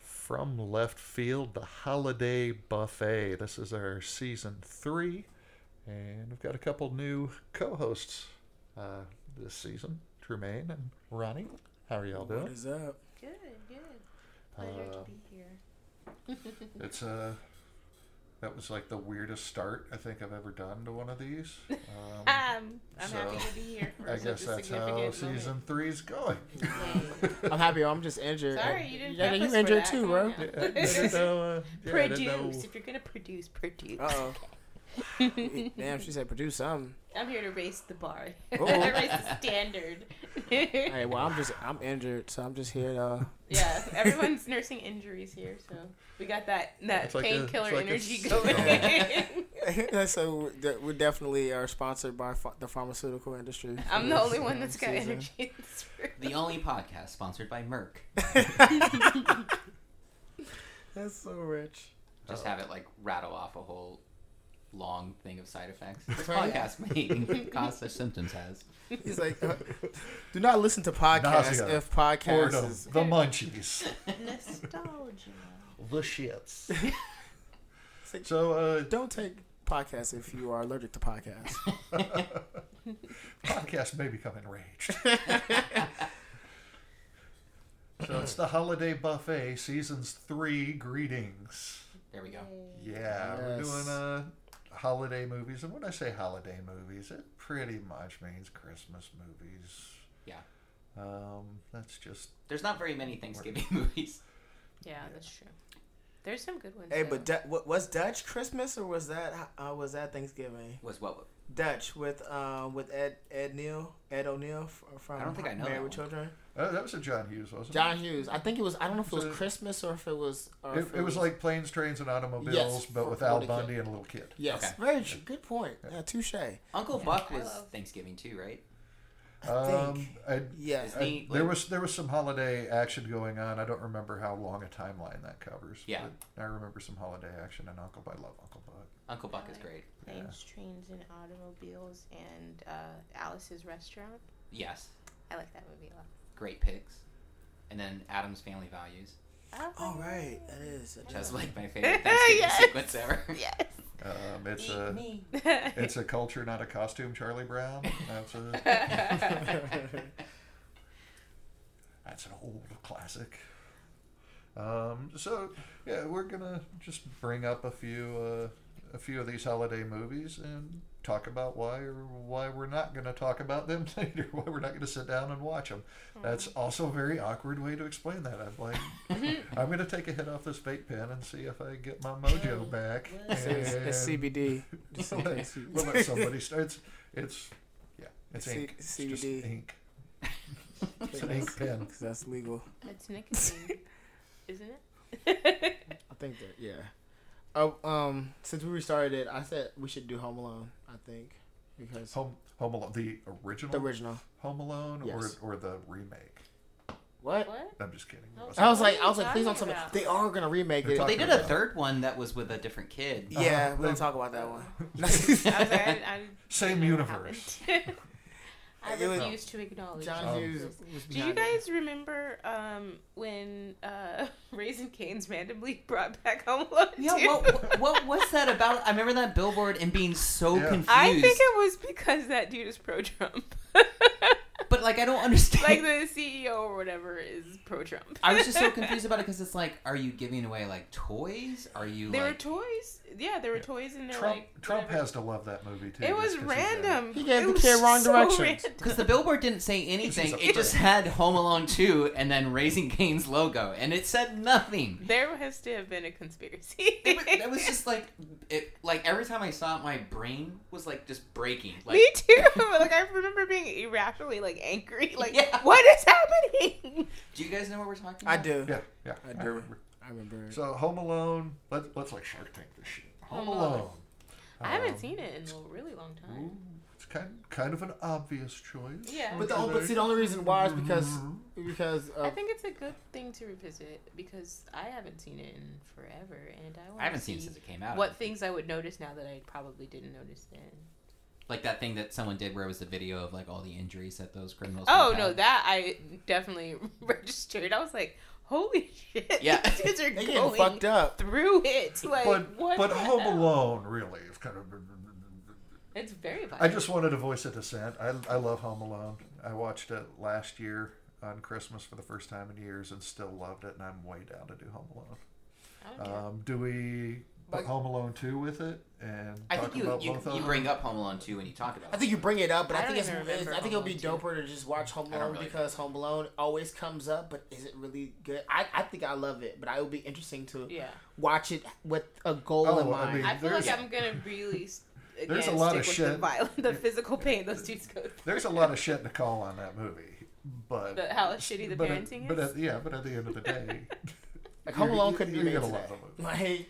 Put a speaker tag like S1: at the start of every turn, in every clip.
S1: from left field, the holiday buffet. This is our season three, and we've got a couple new co-hosts uh, this season, Trumaine and Ronnie. How are y'all
S2: What
S1: doing?
S2: is up?
S3: Good, good. Pleasure
S1: Uh,
S3: to be here.
S1: It's uh, that was like the weirdest start I think I've ever done to one of these. Um,
S3: Um, I'm happy
S1: so,
S3: to be here. For
S1: I
S3: such
S1: guess
S3: a
S1: that's how
S3: significant
S1: season three's going.
S3: moment.
S2: I'm happy. I'm just injured.
S3: Sorry, you didn't.
S2: Yeah,
S3: prep us
S2: you
S3: for
S2: injured
S3: that.
S2: too,
S3: Come
S2: bro.
S3: on
S1: Yeah,
S3: now.
S1: I didn't know, uh, yeah, I didn't know- Ah,
S3: produce. If you're gonna produce, produce.
S2: Uh oh. Damn, she said produce something.
S3: I'm here to raise the bar.
S2: Oh.
S3: I raise the standard.
S2: Hey, well, I'm just I'm injured, so I'm just here to.
S3: yeah, everyone's nursing injuries here, so we got that that
S1: It's like a-
S3: painkiller
S1: it's like a
S3: energy
S1: sick-
S3: going.
S2: so that- we definitely are sponsored by ph- the pharmaceutical industry. for
S3: I'm the
S2: this,
S3: only one
S2: uh,
S3: that's got
S2: season.
S3: energy in this room.
S4: The only podcast sponsored by Merck.
S2: That's so rich.
S4: Just
S1: Oh.
S4: have it like rattle off a whole long thing of side effects.
S2: That's
S4: This
S2: right.
S4: podcast may cause such symptoms as.
S2: He's like, uh, do not listen to podcasts
S1: Nausea.
S2: if podcasts
S1: Boredom,
S2: is
S1: the munchies.
S3: Nostalgia.
S1: the shits. so uh,
S2: Don't take podcasts if you are allergic to podcasts.
S1: podcast may become enraged. so it's the holiday buffet, seasons three. Greetings.
S4: There we go.
S1: Yeah, we're
S2: Yes.
S1: doing uh, holiday movies, and when I say holiday movies, it pretty much means Christmas movies.
S4: Yeah.
S1: Um, that's just
S4: There's not very many Thanksgiving movies.
S3: Yeah, that's true. There's some good ones.
S2: hey,
S3: though.
S2: but Du- what was Dutch Christmas or was that uh, was that Thanksgiving?
S4: Was what?
S2: Dutch with um with Ed Ed Neal Ed O'Neill fr- from
S4: I don't think I know
S2: Married
S4: that
S2: with
S4: one.
S2: Children.
S1: oh, that was a John Hughes, wasn't
S2: John Hughes. I think it was. I don't know if it was
S1: So-
S2: Christmas or if it was. Or
S1: it? It,
S2: if
S1: it was like planes, trains, and automobiles, but
S2: for-
S1: with
S2: for
S1: Al
S2: the kid.
S1: Bundy and a little kid.
S2: Yes,
S4: Okay.
S2: very tr- good point. Yeah, touche.
S4: Uncle Buck
S3: I
S4: was
S3: love-
S4: Thanksgiving too, right?
S1: Um,
S2: think.
S1: I,
S2: Yeah,
S4: Is
S1: I-
S4: he,
S1: there
S4: like-
S1: was there was some holiday action going on. I don't remember how long a timeline that covers.
S4: Yeah.
S1: but I remember some holiday action and Uncle Buck. I love Uncle Buck.
S4: Uncle Buck is great.
S3: Planes, Trains, and Automobiles, and uh, Alice's Restaurant.
S4: Yes.
S3: I like that movie a lot.
S4: Great picks. And then Adam's Family Values,
S2: all right. That is. a-
S4: which is like my favorite Thanksgiving
S3: Yes.
S4: sequence ever.
S3: Yes.
S1: Um, it's a
S4: me.
S1: it's a culture, not a costume. Charlie Brown. That's a that's an old classic. Um, so yeah, we're gonna just bring up a few uh, a few of these holiday movies and talk about why or why we're not gonna talk about them later. Why we're not gonna sit down and watch them.
S4: Mm-hmm.
S1: That's also a very awkward way to explain that. I'm like, I'm gonna take a hit off this vape pen and see if I get my
S3: Oh,
S1: mojo back.
S2: It's, it's
S1: and-
S2: CBD. Just in
S1: we'll, let,
S2: case you-
S1: we'll let somebody start. It's, it's yeah, it's
S2: C-
S1: ink. It's just
S2: CBD.
S1: ink. It's an ink
S2: Because
S1: pen.
S2: that's legal.
S3: It's nicotine, isn't it?
S2: I think that. Yeah. Oh, um. Since we restarted it, I said we should do Home Alone. I think because
S1: Home, Home Alone, the original
S2: the original.
S1: Home Alone,
S2: Yes.
S1: or or the remake.
S2: What?
S3: what?
S1: I'm just kidding. It
S3: Oh.
S1: wasn't-
S2: I was
S3: What
S2: like,
S3: are
S2: I was
S3: you
S2: like, please don't tell
S3: talking
S2: me
S3: about?
S2: they are gonna remake
S1: They're
S2: it.
S4: Well, they
S1: Talking
S4: did a
S1: about-
S4: third one that was with a different kid.
S2: Yeah,
S1: Uh-huh.
S2: we'll talk about that one.
S3: I was like, I- I-
S1: Same
S3: I don't know what
S1: universe.
S3: happened. I
S2: It was-
S3: refuse to acknowledge.
S2: John
S3: that
S1: Um,
S2: Hughes.
S3: this.
S2: was
S3: Do you
S2: John-
S3: guys remember um, when uh, Raisin Cane's randomly brought back Home Alone?
S4: Yeah,
S3: 2?
S4: what, what was that about? I remember that billboard and being so
S1: Yeah.
S4: confused.
S3: I think it was because that dude is pro Trump.
S4: but like, I don't understand.
S3: like the CEO or whatever is pro Trump.
S4: I was just so confused about it because it's like, are you giving away like toys? Are you
S3: There were
S4: like?
S3: toys. Yeah, there were
S1: Yeah. toys
S3: toys in there.
S1: Trump
S3: like,
S1: Trump has to love that movie too.
S3: It was
S1: just 'cause he did.
S3: random.
S2: He gave
S3: It
S2: the
S3: was
S2: kid wrong
S3: so
S2: directions.
S3: random.
S4: Because the billboard didn't say anything. It just had Home Alone 2 and then Raising Cane's logo, and it said nothing.
S3: There has to have been a conspiracy.
S4: It was, that was just like, it, like every time I saw it, my brain was like just breaking. Like,
S3: Me too. like I remember being irrationally like angry. Like
S4: Yeah.
S3: what is happening?
S4: do you guys know what we're talking about?
S2: I do.
S1: Yeah, yeah.
S2: I
S1: I
S2: do.
S1: remember.
S2: I remember. it.
S1: So Home Alone. Let's let's like Shark Tank this shit. Home
S3: Home
S1: Alone.
S3: Alone. I haven't
S1: Um,
S3: seen it in a really long time.
S1: ooh, It's kind kind of an obvious choice.
S3: Yeah.
S2: but the only, but see, the only reason why
S1: Mm-hmm.
S2: is because
S3: Mm-hmm.
S2: because
S3: I
S2: of,
S3: think it's a good thing to revisit because I haven't seen it in forever, and I, wanna
S4: I haven't seen it
S3: see
S4: since it came out.
S3: What things I would notice now that I probably didn't notice then?
S4: Like that thing that someone did where it was the video of like all the injuries that those criminals.
S3: Oh
S4: both
S3: no,
S4: had.
S3: that I definitely registered. I was like, holy shit,
S4: Yeah.
S3: these kids are
S2: They getting
S3: going
S2: fucked up.
S3: through it. Like,
S1: but
S3: what
S1: but
S3: the
S1: Home
S3: hell?
S1: Alone really is kind of.
S3: It's very violent.
S1: I just wanted a voice of dissent. I, I love Home Alone. I watched it last year on Christmas for the first time in years and still loved it. And I'm way down to do Home Alone.
S3: I don't care.
S1: Um, do we put
S2: But-
S1: Home Alone two with it and
S4: I
S1: talk
S4: think you
S1: about
S4: you,
S1: both of
S4: you
S1: them?
S4: bring up Home Alone 2 when you talk about
S2: I
S4: it.
S2: think you bring it up, but
S3: I
S2: I,
S3: don't
S2: think it's,
S3: even
S2: it's I
S3: remember
S2: think it'll
S3: Home
S2: be
S3: Alone
S2: doper to just watch Home
S4: I don't
S2: Alone
S4: really-
S2: because Home Alone always comes up, but is it really good? I, I think I love it, but it will be interesting to
S3: yeah,
S2: watch it with a goal
S1: Oh,
S2: in
S1: I
S2: mind.
S1: mean-
S3: I feel like
S1: There's-
S3: I'm gonna really. s- Again,
S1: There's a lot
S3: stick
S1: of
S3: with The,
S1: shit.
S3: violent, the physical pain those dudes go through.
S1: There's a lot of shit to call on that movie, but
S3: But how shitty the
S1: but at-
S3: parenting
S1: But
S3: is?
S1: at, yeah, but at the end of the day,
S2: like Home
S1: you're-
S2: Alone
S1: you-
S2: could be
S1: you're
S2: made
S1: gonna
S2: today.
S1: love the movie.
S2: Like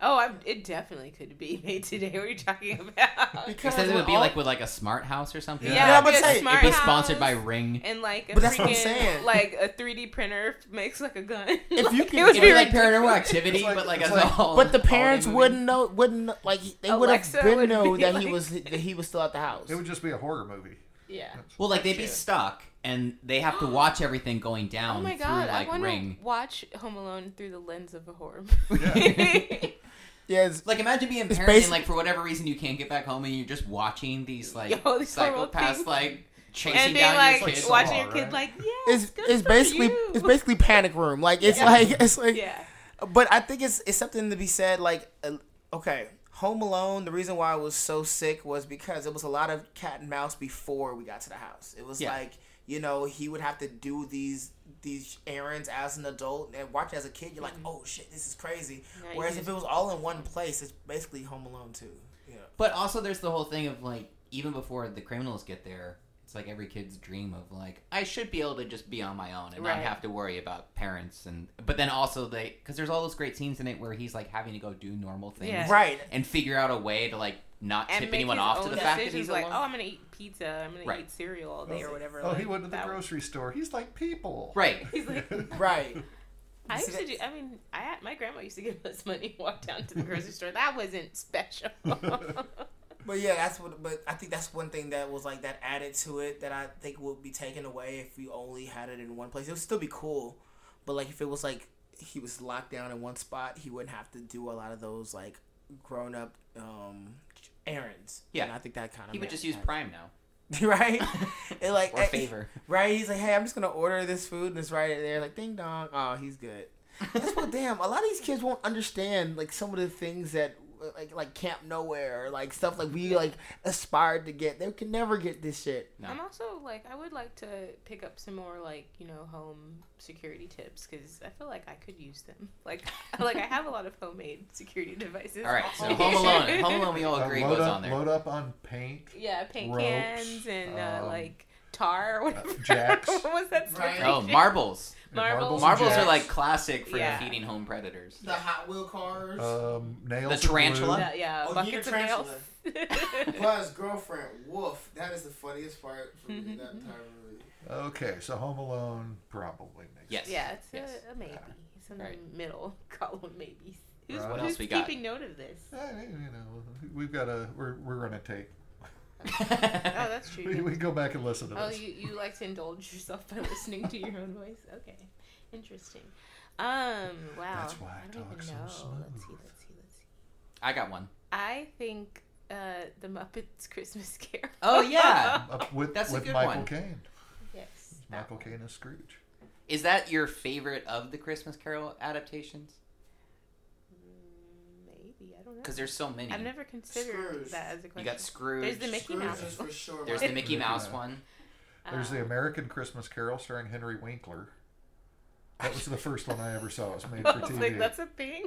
S3: Oh, I'm, it definitely could be made today. What are you talking about?
S2: because
S4: Except it
S2: we're
S4: would be
S2: all-
S4: like with like a smart house or something.
S3: Yeah,
S2: Yeah, I'm
S3: but
S2: gonna
S3: it's
S2: say, it'd
S3: smart
S4: It'd be sponsored by
S3: house
S4: Ring.
S3: and like a
S2: But
S3: freaking
S2: that's what I'm saying.
S3: like a 3D printer makes like a gun.
S2: If you
S3: Like,
S2: can-
S3: it would
S4: It'd
S2: It's
S3: be
S4: be like
S3: ridiculous.
S4: Paranormal Activity,
S1: It's like-
S4: but like
S1: it's
S4: as a
S1: like-
S4: whole.
S2: But the
S4: holiday
S2: parents
S4: movie.
S2: wouldn't know. Wouldn't know- like he- they would have
S3: Alexa would
S2: been know
S3: be
S2: that he
S3: like-
S2: was that he was still at the house.
S1: it would just be a horror movie.
S3: Yeah.
S4: Well, like they'd be
S3: Shit.
S4: stuck and they have to watch everything going down
S3: Oh my
S4: through
S3: god, I
S4: like
S3: want to
S4: Ring.
S3: watch Home Alone through the lens of a horror
S4: Yeah.
S3: movie.
S2: yeah, it's-
S4: Like imagine being a
S2: It's
S4: parent
S2: basic-
S4: and like for whatever reason you can't get back home and you're just watching these like
S3: Yo, these horrible
S4: psychopaths
S3: things.
S4: like chasing
S3: and being
S4: down
S3: like,
S4: your
S1: like
S4: kids.
S1: Saw,
S3: watching your kid
S1: right?
S3: like, yeah,
S2: it's
S3: good
S2: it's
S3: for
S2: basically
S3: you.
S2: it's basically panic room. Like it's
S3: Yeah.
S2: like it's like.
S3: yeah.
S2: But I think it's it's something to be said. Like uh, okay, Home Alone. The reason why I was so sick was because it was a lot of cat and mouse before we got to the house. It was
S4: Yeah.
S2: like you know he would have to do these these errands as an adult and watching as a kid. You're like,
S3: Mm-hmm.
S2: oh shit, this is crazy.
S3: Yeah, you
S2: Whereas
S3: do.
S2: if it was all in one place, it's basically Home Alone too. Yeah.
S4: But also, there's the whole thing of like, even before the criminals get there, it's like every kid's dream of like, I should be able to just be on my own and
S3: Right.
S4: not have to worry about parents. And but then also they, because there's all those great scenes in it where he's like having to go do normal things,
S3: Yeah.
S2: Right.
S4: and figure out a way to like not
S3: And
S4: tip
S3: make
S4: anyone
S3: his
S4: off
S3: own
S4: to the fact that
S3: decisions,
S4: he's
S3: like,
S4: alone.
S3: oh, I'm gonna eat pizza, I'm gonna
S4: Right.
S3: eat cereal all day or whatever.
S1: Oh, he
S3: like,
S1: went to the
S3: that-
S1: grocery store. He's like people.
S4: Right.
S3: He's like,
S2: Right.
S3: I
S2: See,
S3: used to do. I mean, I had, my grandma used to give us money and walk down to the grocery store. That wasn't special.
S2: But yeah, that's what. But I think that's one thing that was like that added to it that I think would be taken away if we only had it in one place. It would still be cool, but like if it was like he was locked down in one spot, he wouldn't have to do a lot of those like grown up um errands.
S4: Yeah.
S2: and I think that kind of
S4: He would just use Prime now
S2: right. It like
S4: or Favor.
S2: right. He's like, hey, I'm just gonna order this food, and it's right there. Like ding dong. Oh, he's good. That's what damn. A lot of these kids won't understand like some of the things that like like Camp Nowhere or like stuff like we like aspired to get. They can never get this shit.
S4: No.
S3: I'm also like, I would like to pick up some more like you know home security tips because I feel like I could use them. Like, like I have a lot of homemade security devices.
S4: All right. So Home Alone. Home Alone. We all
S1: Uh,
S4: agree
S1: load
S4: goes
S1: up,
S4: on there.
S1: Load up on paint.
S3: yeah, paint
S1: Ropes,
S3: cans and uh,
S1: um,
S3: like tar or whatever.
S1: jacks.
S3: what was that?
S2: Right.
S3: stuff?
S4: uh, Oh,
S1: Marbles
S4: marbles.
S3: Marbles.
S4: Marbles are
S1: jacks.
S4: like classic for
S3: Yeah.
S4: defeating home predators.
S2: The Hot Wheel cars.
S4: Uh.
S1: Um, nails.
S4: The
S1: and glue.
S4: tarantula?
S3: Yeah, yeah,
S2: Oh,
S3: buckets
S2: you
S3: of
S2: need a
S3: nails.
S2: Plus, girlfriend. Woof. That is the funniest part for me that
S3: Mm-hmm.
S2: entire movie.
S1: Okay, so Home Alone probably makes.
S4: Yes.
S3: yeah, it's
S4: Yes.
S3: a, a maybe. It's in
S4: Right.
S3: the middle column, maybe. Who's,
S1: Right. What
S4: else
S3: who's
S4: we got?
S3: keeping note of this?
S1: Eh, you know, we've got a we're we're running tape.
S3: Oh, that's true.
S1: We, we go back and listen to
S3: Oh,
S1: this.
S3: you, you like to indulge yourself by listening to your own voice? Okay. Interesting. Um, wow.
S1: That's why I
S3: don't
S1: talk
S3: even
S1: so
S3: know. Let's see,
S1: smooth.
S3: let's see, let's see.
S4: I got one.
S3: I think uh, The Muppets Christmas Carol.
S4: Oh yeah.
S1: Up with
S4: That's a
S1: with
S4: good
S1: Michael
S4: one.
S1: Caine.
S3: yes.
S1: Michael Caine is Scrooge.
S4: Is that your favorite of the Christmas Carol adaptations?
S3: Mm, Maybe. I don't know.
S4: Because there's so many.
S3: I've never considered
S2: Scrooge.
S3: that as a question.
S4: you got Scrooge.
S3: There's the Mickey
S2: Scrooge
S3: Mouse.
S2: is for sure.
S4: There's
S2: my
S4: the Mickey
S1: Yeah.
S4: Mouse one.
S1: There's the
S3: Um,
S1: American Christmas Carol starring Henry Winkler. That was the first one I ever saw. It was made for
S3: I was
S1: TV.
S3: like, that's a thing.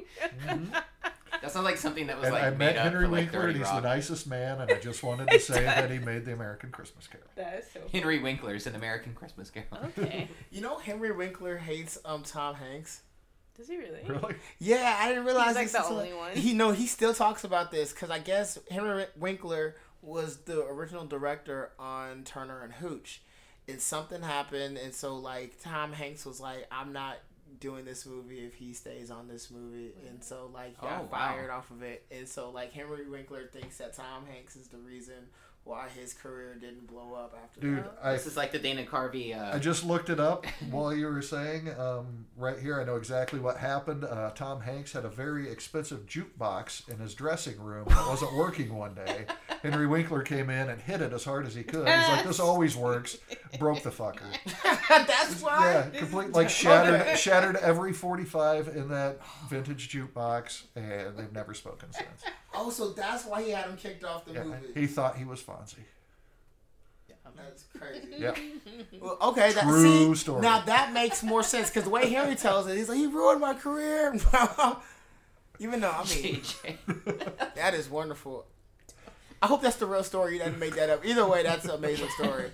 S4: That sounds like something that was
S1: and
S4: like
S1: I
S4: made
S1: met
S4: up
S1: Henry
S4: for, like,
S1: Winkler,
S4: 30
S1: and he's
S4: Rock.
S1: the nicest man. And I just wanted to say that he made the American Christmas Carol.
S3: that is so funny.
S4: Henry Winkler's an American Christmas Carol.
S3: Okay.
S2: You know Henry Winkler hates um Tom Hanks.
S3: Does he really?
S1: Really?
S2: Yeah, I didn't realize
S3: He's, like,
S2: this
S3: the
S2: until-
S3: only one.
S2: He no, he still talks about this because I guess Henry Winkler was the original director on Turner and Hooch, and something happened, and so like Tom Hanks was like, "I'm not doing this movie if he stays on this movie," and so like he got
S4: Oh, wow.
S2: fired off of it, and so like Henry Winkler thinks that Tom Hanks is the reason why his career didn't blow up after
S1: Dude,
S2: that.
S3: Oh.
S1: I
S4: this is like the Dana Carvey. Uh,
S1: I just looked it up while you were saying. Um, right here, I know exactly what happened. Uh, Tom Hanks had a very expensive jukebox in his dressing room. It wasn't working one day. Henry Winkler came in and hit it as hard as he could. He's like, "This always works." Broke the fucker.
S2: That's
S1: Yeah,
S2: why.
S1: complete like shattered shattered every forty five in that vintage jukebox, and they've never spoken since.
S2: Oh, so that's why he had him kicked off the
S1: Yeah,
S2: movie.
S1: he thought he was Fonzie.
S2: That's crazy.
S1: Yeah,
S2: Well, okay, that,
S1: True
S2: see,
S1: story.
S2: now that makes more sense because the way Harry tells it, he's like, he ruined my career. Even though, I mean,
S4: JJ.
S2: that is wonderful. I hope that's the real story. You didn't make that up. Either way, that's an amazing story.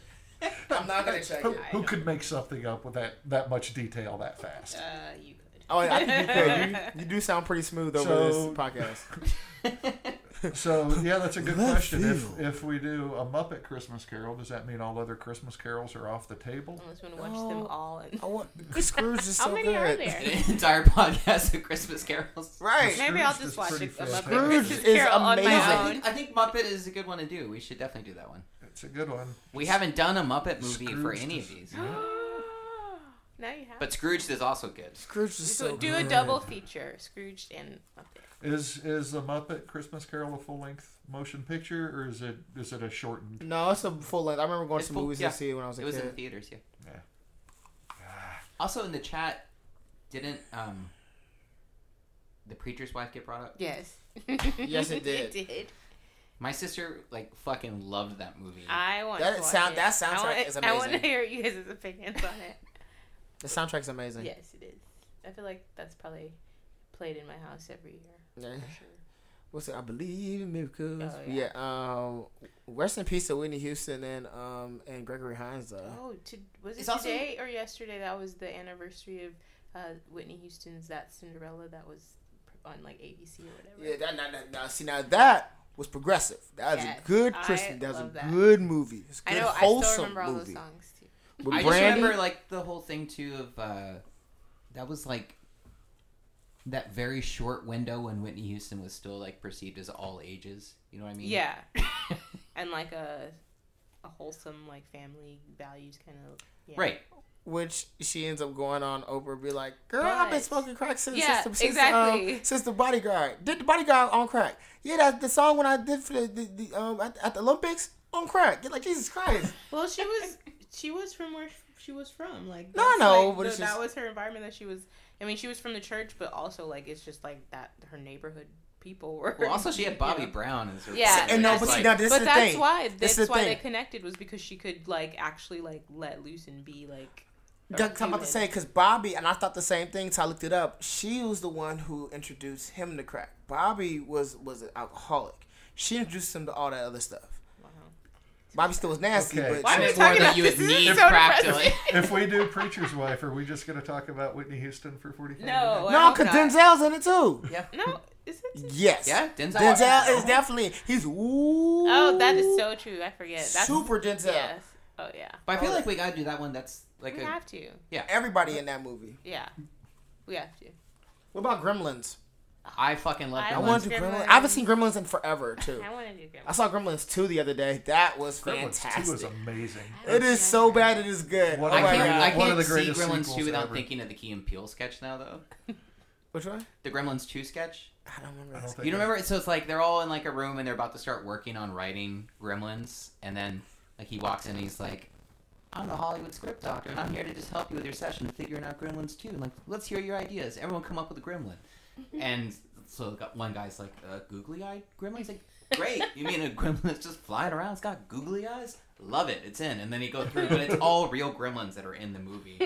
S2: I'm not gonna check
S1: who,
S2: it.
S1: who could make something up with that that much detail that fast?
S3: Uh, you could.
S2: Oh, yeah, I think you could. You, you do sound pretty smooth over
S1: So-
S2: this podcast.
S1: So yeah, that's a good
S2: Left
S1: question. If
S2: field.
S1: if we do a Muppet Christmas Carol, does that mean all other Christmas carols are off the table?
S3: Unless you want to watch them
S2: No.
S3: all. And
S2: I want Scrooge is
S3: how
S2: so
S3: many
S2: good.
S3: are there?
S4: An entire podcast of Christmas carols.
S2: Right.
S3: Maybe I'll
S1: Scrooge is
S3: just watch a,
S1: pretty
S3: a Muppet
S1: fantastic.
S3: Christmas
S2: Scrooge is
S3: Carol on
S4: No,
S2: amazing.
S3: my
S4: I
S3: own.
S4: think, I think Muppet is a good one to do. We should definitely do that one.
S1: It's a good one.
S4: We haven't done a Muppet movie for
S1: Scrooge
S4: any of
S1: does-
S4: these,
S3: now you have.
S4: but Scrooge is also good.
S2: Scrooge is
S3: so
S2: so
S3: do a
S2: good.
S3: double feature, Scrooge and Muppet.
S1: Is is the Muppet Christmas Carol a full length motion picture or is it is it a shortened?
S2: No, it's a full length. I remember going
S4: It's
S2: to
S4: full-
S2: movies
S4: yeah.
S2: to see it when I was a
S4: It was
S2: kid.
S4: in theaters, yeah. Ah.
S1: Yeah.
S4: Also in the chat, didn't um the preacher's wife get brought up?
S3: Yes.
S2: Yes, it did.
S3: it did.
S4: My sister like fucking loved that movie.
S3: I want
S2: That
S3: to watch
S2: sound-
S3: it.
S2: that soundtrack
S3: I want,
S2: is
S3: I want to
S2: amazing.
S3: hear you guys' opinions on it.
S2: The soundtrack's amazing.
S3: yes, it is. I feel like that's probably played in my house every year.
S2: Yeah.
S3: For sure.
S2: What's it? I believe in miracles.
S3: Oh,
S2: yeah.
S3: yeah.
S2: Um. Rest in peace to Whitney Houston and um and Gregory Hines though.
S3: Oh, to, was it
S4: It's also-
S3: today or yesterday? That was the anniversary of uh, Whitney Houston's "That Cinderella" that was on like ABC or whatever.
S2: Yeah. That, that, that, now, see now that was progressive. That was
S3: Yes,
S2: a good
S3: I
S2: Christmas. That was a
S3: love that.
S2: good movie. It's a
S3: I
S2: good,
S3: know. I still
S2: wholesome
S3: remember all those
S2: movie.
S3: songs too.
S2: With
S4: I just
S2: Brandy,
S4: remember like the whole thing too of uh that was like that very short window when Whitney Houston was still like perceived as all ages. You know what I mean?
S3: Yeah, and like a a wholesome like family values kind of. Yeah.
S4: Right.
S2: which she ends up going on Oprah, and be like, "Girl, I've been
S3: But-
S2: smoking crack since
S3: Yeah,
S2: since, the- since,
S3: exactly.
S2: um, since the bodyguard did the bodyguard on crack. Yeah, that the song when I did for the, the, the um at, at the Olympics on crack. You're like Jesus Christ.
S3: Well, she was she was from where she was from. Like
S2: No,
S3: that's,
S2: I know,
S3: like,
S2: but
S3: the-
S2: it's
S3: that
S2: just-
S3: was her environment that she was. I mean, she was from the church, but also like it's just like that her neighborhood people were.
S4: Well also she had Bobby
S3: you know.
S4: Brown as her
S3: Yeah.
S2: and no,
S4: It's
S2: but see
S4: like-
S2: now this
S3: but
S2: is the
S3: that's
S2: thing.
S3: why
S2: This
S3: that's
S2: is the
S3: why
S2: thing.
S3: they connected was because she could like actually like let loose and be like. a
S2: That's what I'm about to
S3: human.
S2: say because Bobby and I thought the same thing. So I looked it up. She was the one who introduced him to crack. Bobby was was an alcoholic. She introduced him to all that other stuff.
S3: Wow.
S2: Bobby still was nasty,
S1: Okay.
S2: but
S3: Why are
S2: she
S3: we
S2: was
S3: talking
S4: more than
S3: about
S4: you
S3: this?
S4: would
S3: This is
S4: need
S3: so
S4: practically.
S3: depressing.
S1: If we do Preacher's Wife, are we just going to talk about Whitney Houston for forty five?
S3: No, I
S2: no,
S3: hope
S2: because
S3: not.
S2: Denzel's in it too.
S4: Yeah.
S3: No, is it?
S2: Yes.
S4: Yeah, Denzel.
S2: Denzel is definitely he's ooh.
S3: Oh, that is so true. I forget. That's,
S2: super Denzel.
S3: Yes. Oh yeah.
S4: But I feel like we gotta do that one. That's like
S3: We
S4: a
S3: have to.
S2: Everybody in that movie.
S3: Yeah. We have to.
S2: What about Gremlins?
S4: I fucking love
S3: I
S2: I
S4: that
S3: love
S2: want
S4: one.
S2: to do
S3: Gremlins.
S2: Gremlins. I haven't seen Gremlins in forever too.
S3: I want to do good.
S2: I saw Gremlins two the other day. That was
S1: Gremlins Two is
S2: uh, fantastic.
S1: amazing.
S2: It is so bad. It is good.
S1: What
S2: oh
S4: I
S1: a
S2: my
S4: can't,
S1: great-
S4: I
S2: god.
S4: can't
S1: One of the
S4: see
S1: greatest
S4: Gremlins
S1: sequels
S4: 2 without
S1: ever.
S4: thinking of the Key and Peele sketch now, though.
S2: Which one?
S4: The Gremlins 2 sketch?
S2: I don't remember.
S1: I don't think
S4: You don't remember? it? So it's like they're all in like a room and they're about to start working on writing Gremlins, and then like he walks in and he's like, "I'm the Hollywood script doctor, and I'm here to just help you with your session, figuring out Gremlins too. And like, let's hear your ideas. Everyone come up with a Gremlin." and so got- one guy's like, uh, "Googly-eyed Gremlin." He's like, "Great, you mean a Gremlin that's just flying around? It's got googly eyes." Love it. It's in. And then he goes through, but it's all real gremlins that are in the movie.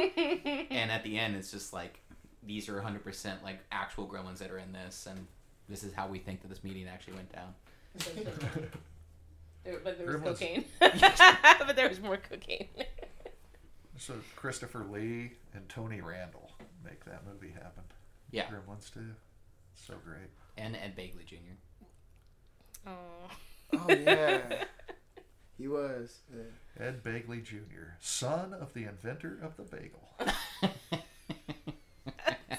S4: and at the end, it's just like these are 100% like actual gremlins that are in this, and this is how we think that this meeting actually went down.
S3: There- But there was
S1: Gremlins.
S3: cocaine. but there was more cocaine.
S1: So Christopher Lee and Tony Randall make that movie happen.
S4: Yeah.
S1: Gremlins Two, so great.
S4: And Ed Bagley Jr.
S3: Oh.
S2: Oh yeah. He was. Yeah.
S1: Ed Bagley Jr., son of the inventor of the bagel.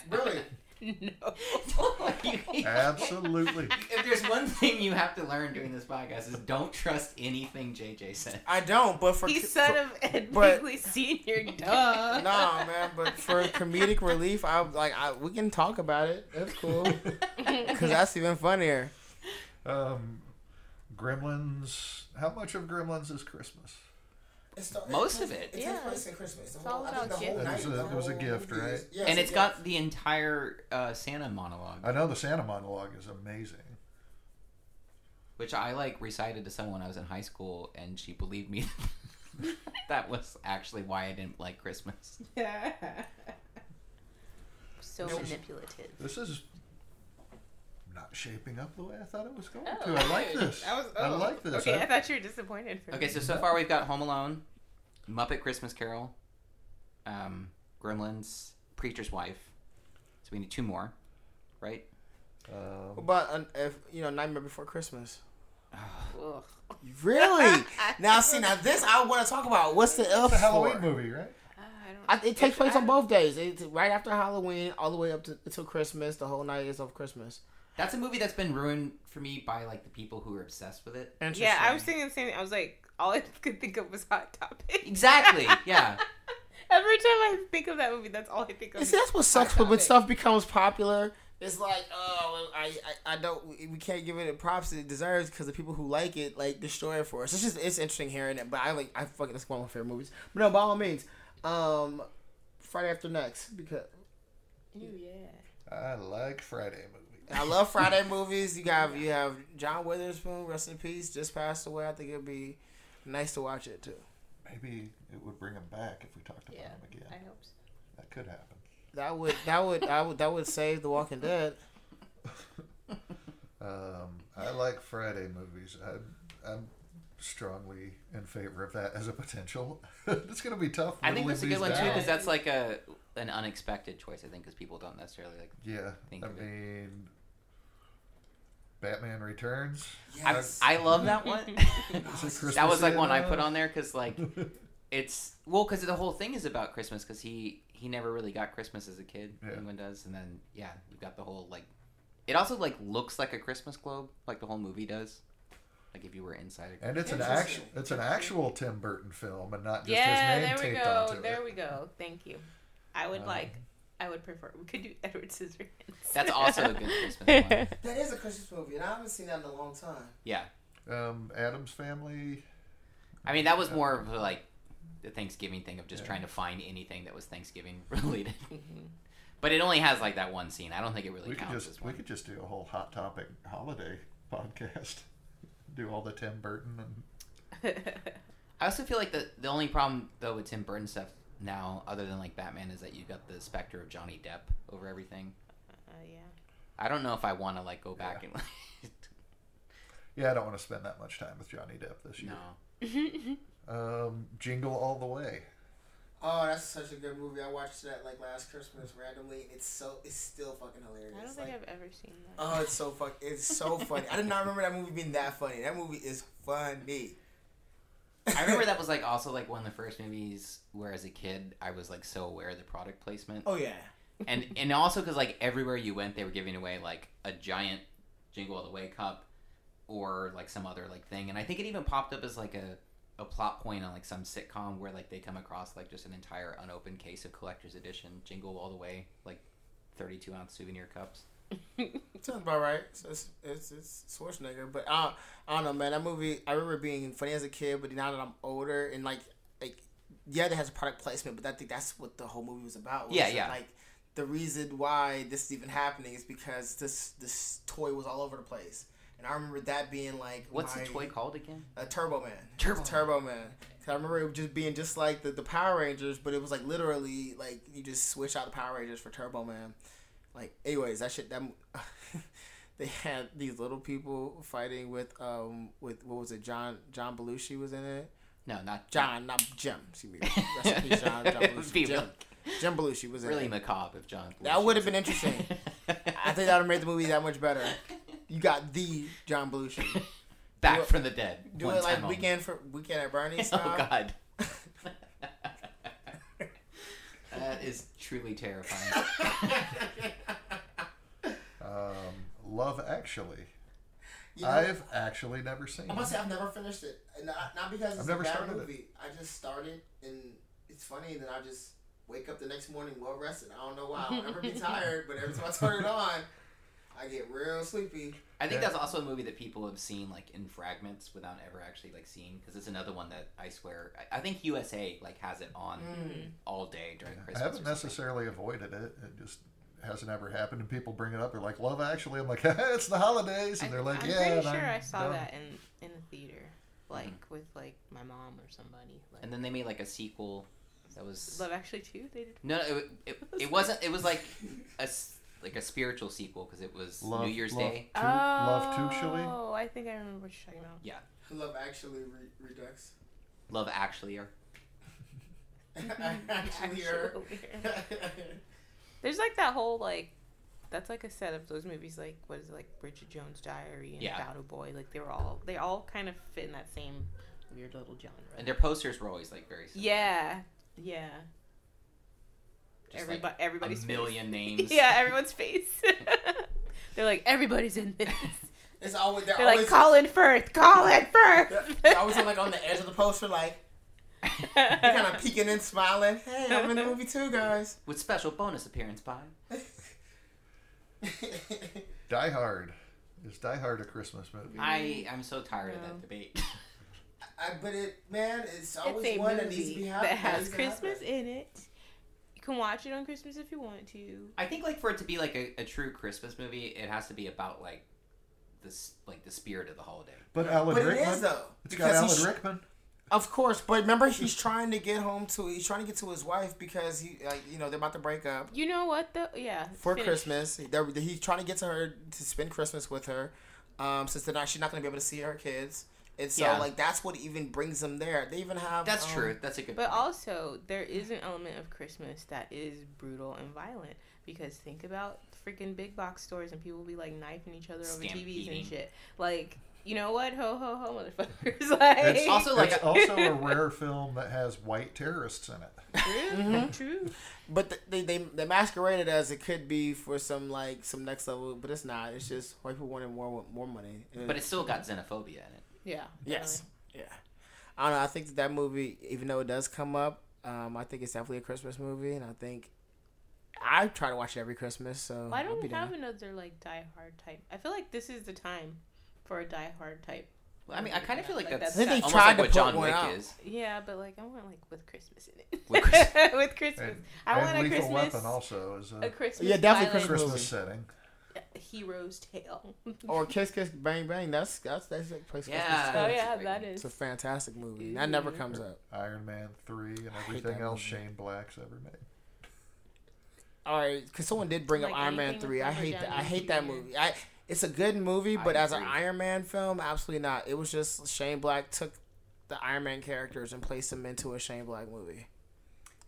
S2: Really?
S3: no.
S4: Like, you-
S1: Absolutely.
S4: if there's one thing you have to learn during this podcast is don't trust anything JJ said.
S2: I don't, but for
S3: He's son of Ed
S2: but-
S3: Bigley Senior. Duh.
S2: nah, man. But for comedic relief, I like I, we can talk about it. That's cool because that's even funnier.
S1: Um, Gremlins. How much of Gremlins is Christmas?
S2: It's the,
S4: Most of it.
S2: It takes
S3: Yeah.
S2: place in Christmas. The
S3: It's
S2: whole-
S3: all
S2: I think
S3: about
S2: the whole
S3: gifts.
S1: That was
S2: night,
S1: a-
S2: the
S1: that was a
S2: whole
S1: gift,
S2: movie is-
S1: right?
S2: Yeah,
S4: and
S2: it's
S4: it's
S2: a
S4: got
S2: gift.
S4: the entire uh, Santa monologue,
S1: I know the Santa monologue is amazing.
S4: which I like recited to someone when I was in high school, and she believed me. that was actually why I didn't like Christmas.
S3: So
S1: Nope.
S3: manipulative.
S1: This is not shaping up the way I thought it was going
S3: Oh,
S1: to. I like
S3: good.
S1: this.
S3: I, was,
S1: I
S3: oh.
S1: like this.
S3: Okay, I,
S1: I-
S3: thought you were disappointed for
S4: Okay,
S3: me.
S4: so so far we've got Home Alone, Muppet Christmas Carol, um, Gremlins, Preacher's Wife. So we need two more, right?
S1: um,
S2: What about an, if you know Nightmare Before Christmas?
S3: Ugh.
S2: Really? now see, now this I want to talk about. What's the elf
S1: it's a Halloween
S2: for?
S1: movie, right?
S3: Ah, I don't.
S2: I, it takes place
S3: I
S2: on both days. It's right after Halloween, all the way up to, to Christmas. The whole night is of Christmas.
S4: That's a movie that's been ruined for me by like the people who are obsessed with it.
S2: Interesting.
S3: Yeah, I was thinking the same. thing. I was like, all I could think of was Hot Topic.
S4: Exactly. Yeah.
S3: Every time I think of that movie, that's all I think of.
S2: You see, that's what sucks. But when stuff becomes popular, it's like, oh, well, I, I, I don't. We we can't give it the props it deserves because the people who like it like destroy it for us. It's just it's interesting hearing it. But I like I fucking that's one of my favorite movies. But no, by all means, um, Friday After Next because
S3: Ooh, yeah.
S1: I like Friday movies.
S2: I love Friday movies. You got you have John Witherspoon, rest in peace, just passed away. I think it'd be nice to watch it too.
S1: Maybe it would bring him back if we talked about
S3: Yeah.
S1: him again.
S3: I hope so.
S1: That could happen.
S2: That would that would I would that would save The Walking Dead.
S1: Um, I like Friday movies. I, I'm strongly in favor of that as a potential. it's going to be tough.
S4: I think
S1: whittling
S4: that's a good
S1: these
S4: one too
S1: down.
S4: because that's like a an unexpected choice. I think because people don't necessarily like.
S1: Yeah,
S4: Think
S1: I
S4: of it.
S1: mean, Batman Returns.
S4: I, I love that one.
S1: Christmas
S4: that was like one I
S1: Santa?
S4: put on there because like it's well because the whole thing is about Christmas because he he never really got Christmas as a kid.
S1: Yeah.
S4: Anyone does, and then yeah, you got the whole like. It also like looks like a Christmas globe, like the whole movie does. Like if you were inside. A
S1: And it's an actual
S2: Interesting.
S1: it's an actual Tim Burton film and not just
S3: yeah,
S1: his name
S3: there we
S1: taped
S3: go.
S1: onto
S3: There
S1: it.
S3: we go. Thank you. I would
S1: Um,
S3: like. I would prefer. We could do Edward Scissorhands.
S4: That's also a good Christmas one.
S2: That is a Christmas movie, and I haven't seen that in a long time.
S4: Yeah,
S1: Um, Adam's Family.
S4: I mean that was more of like the Thanksgiving thing of just
S1: Yeah.
S4: trying to find anything that was Thanksgiving related. But it only has like that one scene. I don't think it really
S1: we could
S4: counts
S1: just
S4: as
S1: we
S4: one.
S1: could just do a whole hot topic holiday podcast. do all the Tim Burton and
S3: Mm-hmm.
S4: I also feel like the the only problem though with Tim Burton stuff now, other than like Batman, is that you got the specter of Johnny Depp over everything.
S3: uh, yeah.
S4: I don't know if I want to like go back and like
S1: yeah, I don't want to spend that much time with Johnny Depp this year.
S4: no.
S1: Um, Jingle All the Way.
S2: Oh, that's such a good movie. I watched that like last Christmas randomly. and It's so it's still fucking hilarious.
S3: I don't think
S2: Like,
S3: I've ever seen that.
S2: oh, it's so fuck. It's so funny. I did not remember that movie being that funny. That movie is funny.
S4: I remember that was like also like one of the first movies where as a kid I was like so aware of the product placement
S2: Oh yeah.
S4: and and also because like everywhere you went they were giving away like a giant Jingle All the Way cup or like some other like thing and I think it even popped up as like a a plot point on like some sitcom where like they come across like just an entire unopened case of collector's edition Jingle All the Way like 32 ounce souvenir cups.
S2: Sounds about right. So it's it's, it's Schwarzenegger, but I don't, I don't know, man. That movie I remember being funny as a kid, but now that I'm older and like like yeah, that has product placement, but I think that's what the whole movie was about. was
S4: Yeah,
S2: that,
S4: yeah.
S2: Like the reason why this is even happening is because this this toy was all over the place, and I remember that being like
S4: What's
S2: my-
S4: the toy called again?
S2: A Turbo Man.
S4: Turbo
S2: It's Turbo Man. 'Cause I remember it just being just like the, the Power Rangers, but it was like literally like you just switch out the Power Rangers for Turbo Man. Like, anyways, that shit. That mo- they had these little people fighting with um with what was it? John John Belushi was in it.
S4: No, not
S2: John, not Jim. Excuse me. Rest in peace, John, John
S4: It would be
S2: Belushi. Jim, Jim Belushi was in
S4: really
S2: it.
S4: macabre if John.
S2: That
S4: Belushi
S2: would have
S4: was
S2: been interesting. I think that would have made the movie that much better. You got the John Belushi.
S4: back
S2: Do it-
S4: from the dead.
S2: Do
S4: one
S2: it like
S4: time only.
S2: weekend for weekend at Bernie's.
S4: Oh
S2: style.
S4: God. that is truly terrifying.
S1: Um, Love Actually.
S2: You know,
S1: I've actually never seen.
S2: I must
S1: it.
S2: say I've never finished it, and not, not because it's
S1: I've never
S2: a bad
S1: started it.
S2: movie. I just started, and it's funny that I just wake up the next morning well rested. I don't know why. I'll never be tired, but every time I turn it on, I get real sleepy.
S4: I think
S1: Yeah.
S4: that's also a movie that people have seen like in fragments without ever actually like seeing because it's another one that I swear I, I think USA like has it on
S2: Mm.
S4: all day during Christmas.
S1: I haven't
S4: or something.
S1: necessarily avoided it. It just hasn't ever happened. And people bring it up. They're like, Love Actually. I'm like, it's the holidays, and they're Mm. like,
S3: I'm
S1: Yeah.
S3: pretty
S1: and
S3: sure
S1: I'm
S3: I saw
S1: done."
S3: that in in the theater, like with like my mom or somebody. Like,
S4: And then they made like a sequel that was
S3: Love Actually too. They did.
S4: no, no it, it, it wasn't. It was like a s- like a spiritual sequel because it was
S1: Love,
S4: New Year's
S1: love,
S4: Day.
S1: Tu- Love Tuchuli.
S3: Oh, I think I remember what you're talking about.
S2: Love Actually re- Redux.
S4: Love Actually, or
S2: actually, er.
S3: Actually. Mm, There's like that whole like that's like a set of those movies like what is it like Bridget Jones' Diary and
S4: Yeah.
S3: Battle Boy like they were all they all kind of fit in that same weird little genre.
S4: and their posters were always like very similar.
S3: yeah, yeah.
S4: Just, like,
S3: Everybody, everybody's
S4: a
S3: face.
S4: million names.
S3: yeah, everyone's face. They're like everybody's in this.
S2: it's always they're,
S3: They're like
S2: always
S3: Colin Firth, Colin Firth.
S2: they're always like on the edge of the poster, like they're kind of peeking and smiling. Hey, I'm in the movie too, guys.
S4: with special bonus appearance by
S1: Die Hard. Is Die Hard a Christmas movie?
S4: I. I'm so tired of
S3: Mm. No.
S4: that debate.
S2: I, but it, man, it's always
S3: it's a
S2: one
S3: movie
S2: that needs to be
S3: that
S2: happening.
S3: has
S2: needs to happen.
S3: Christmas in it. You can watch it on Christmas if you want to.
S4: I think like for it to be like a, a true Christmas movie, it has to be about like this like the spirit of the holiday.
S1: But Alan
S2: But it
S1: Rickman.
S2: is though,
S1: it's got Alan
S2: he's-
S1: Rickman.
S2: of course. But remember, he's trying to get home to. He's trying to get to his wife because he, like, you know, they're about to break up
S3: You know what though? Yeah.
S2: for
S3: finish.
S2: Christmas. They're, he's trying to get to her to spend Christmas with her, um, since they're not, she's not going to be able to see her kids. And so,
S4: Yeah.
S2: like, that's what even brings them there. They even have
S4: That's
S2: um,
S4: true. That's a good.
S3: Oh. But
S4: point.
S3: also, there is an element of Christmas that is brutal and violent because think about freaking big box stores and people be like knifing each other over TVs
S4: Stampeding.
S3: and shit. Like, you know what? Ho ho ho, motherfuckers! like,
S1: It's
S4: also, like,
S1: it's
S4: a-
S1: also a rare film that has white terrorists in it.
S3: true,
S2: Mm-hmm.
S3: true.
S2: But th- they, they they masqueraded as it could be for some like some next level, but it's not. It's just white people wanted more more money.
S4: But it's still got xenophobia in it.
S3: Yeah.
S2: Yes. Yeah. I don't know. I think that, that movie, even though it does come up, um, I think it's definitely a Christmas movie, and I think I try to watch it every Christmas. So
S3: definitely. Why
S2: I'll
S3: don't
S2: be
S3: we have
S2: down.
S3: another like Die Hard type? I feel like this is the time for a Die Hard type.
S4: Well, I mean, I kind of feel like
S3: Like,
S4: that's
S3: that's I think they
S4: almost
S2: tried
S4: like
S2: to
S4: what
S2: put
S4: John
S2: one
S4: Wick
S2: out.
S4: is.
S3: Yeah, but like I want like with Christmas in it.
S4: With
S3: With
S4: Christmas.
S3: Christmas. with Christmas.
S1: And-
S3: I want
S1: and
S3: a
S1: Lethal
S3: Christmas.
S1: Weapon also is
S3: A
S1: a
S3: Christmas.
S2: Yeah, definitely
S3: violent
S2: Christmas
S1: Christmas
S2: movie.
S1: setting.
S3: Hero's tale.
S1: Oh,
S2: Or Kiss Kiss Bang Bang. That's that's that's a place.
S4: Yeah.
S2: Christmas
S3: Oh
S2: too.
S3: yeah, Mm-hmm.
S4: great.
S3: that is.
S2: It's a fantastic movie. That never comes up.
S1: Iron Man three and
S2: I hate
S1: everything
S2: that
S1: else
S2: movie.
S1: Shane Black's ever made.
S2: All right, because someone did bring up
S3: Like
S2: Iron Man
S3: anything with
S2: three. I
S3: Robert
S2: hate that. I
S3: Downey
S2: hate that
S3: Jr..
S2: movie. I it's a good movie, but
S4: I
S2: as an
S4: agree.
S2: Iron Man film, absolutely not. It was just Shane Black took the Iron Man characters and placed them into a Shane Black movie.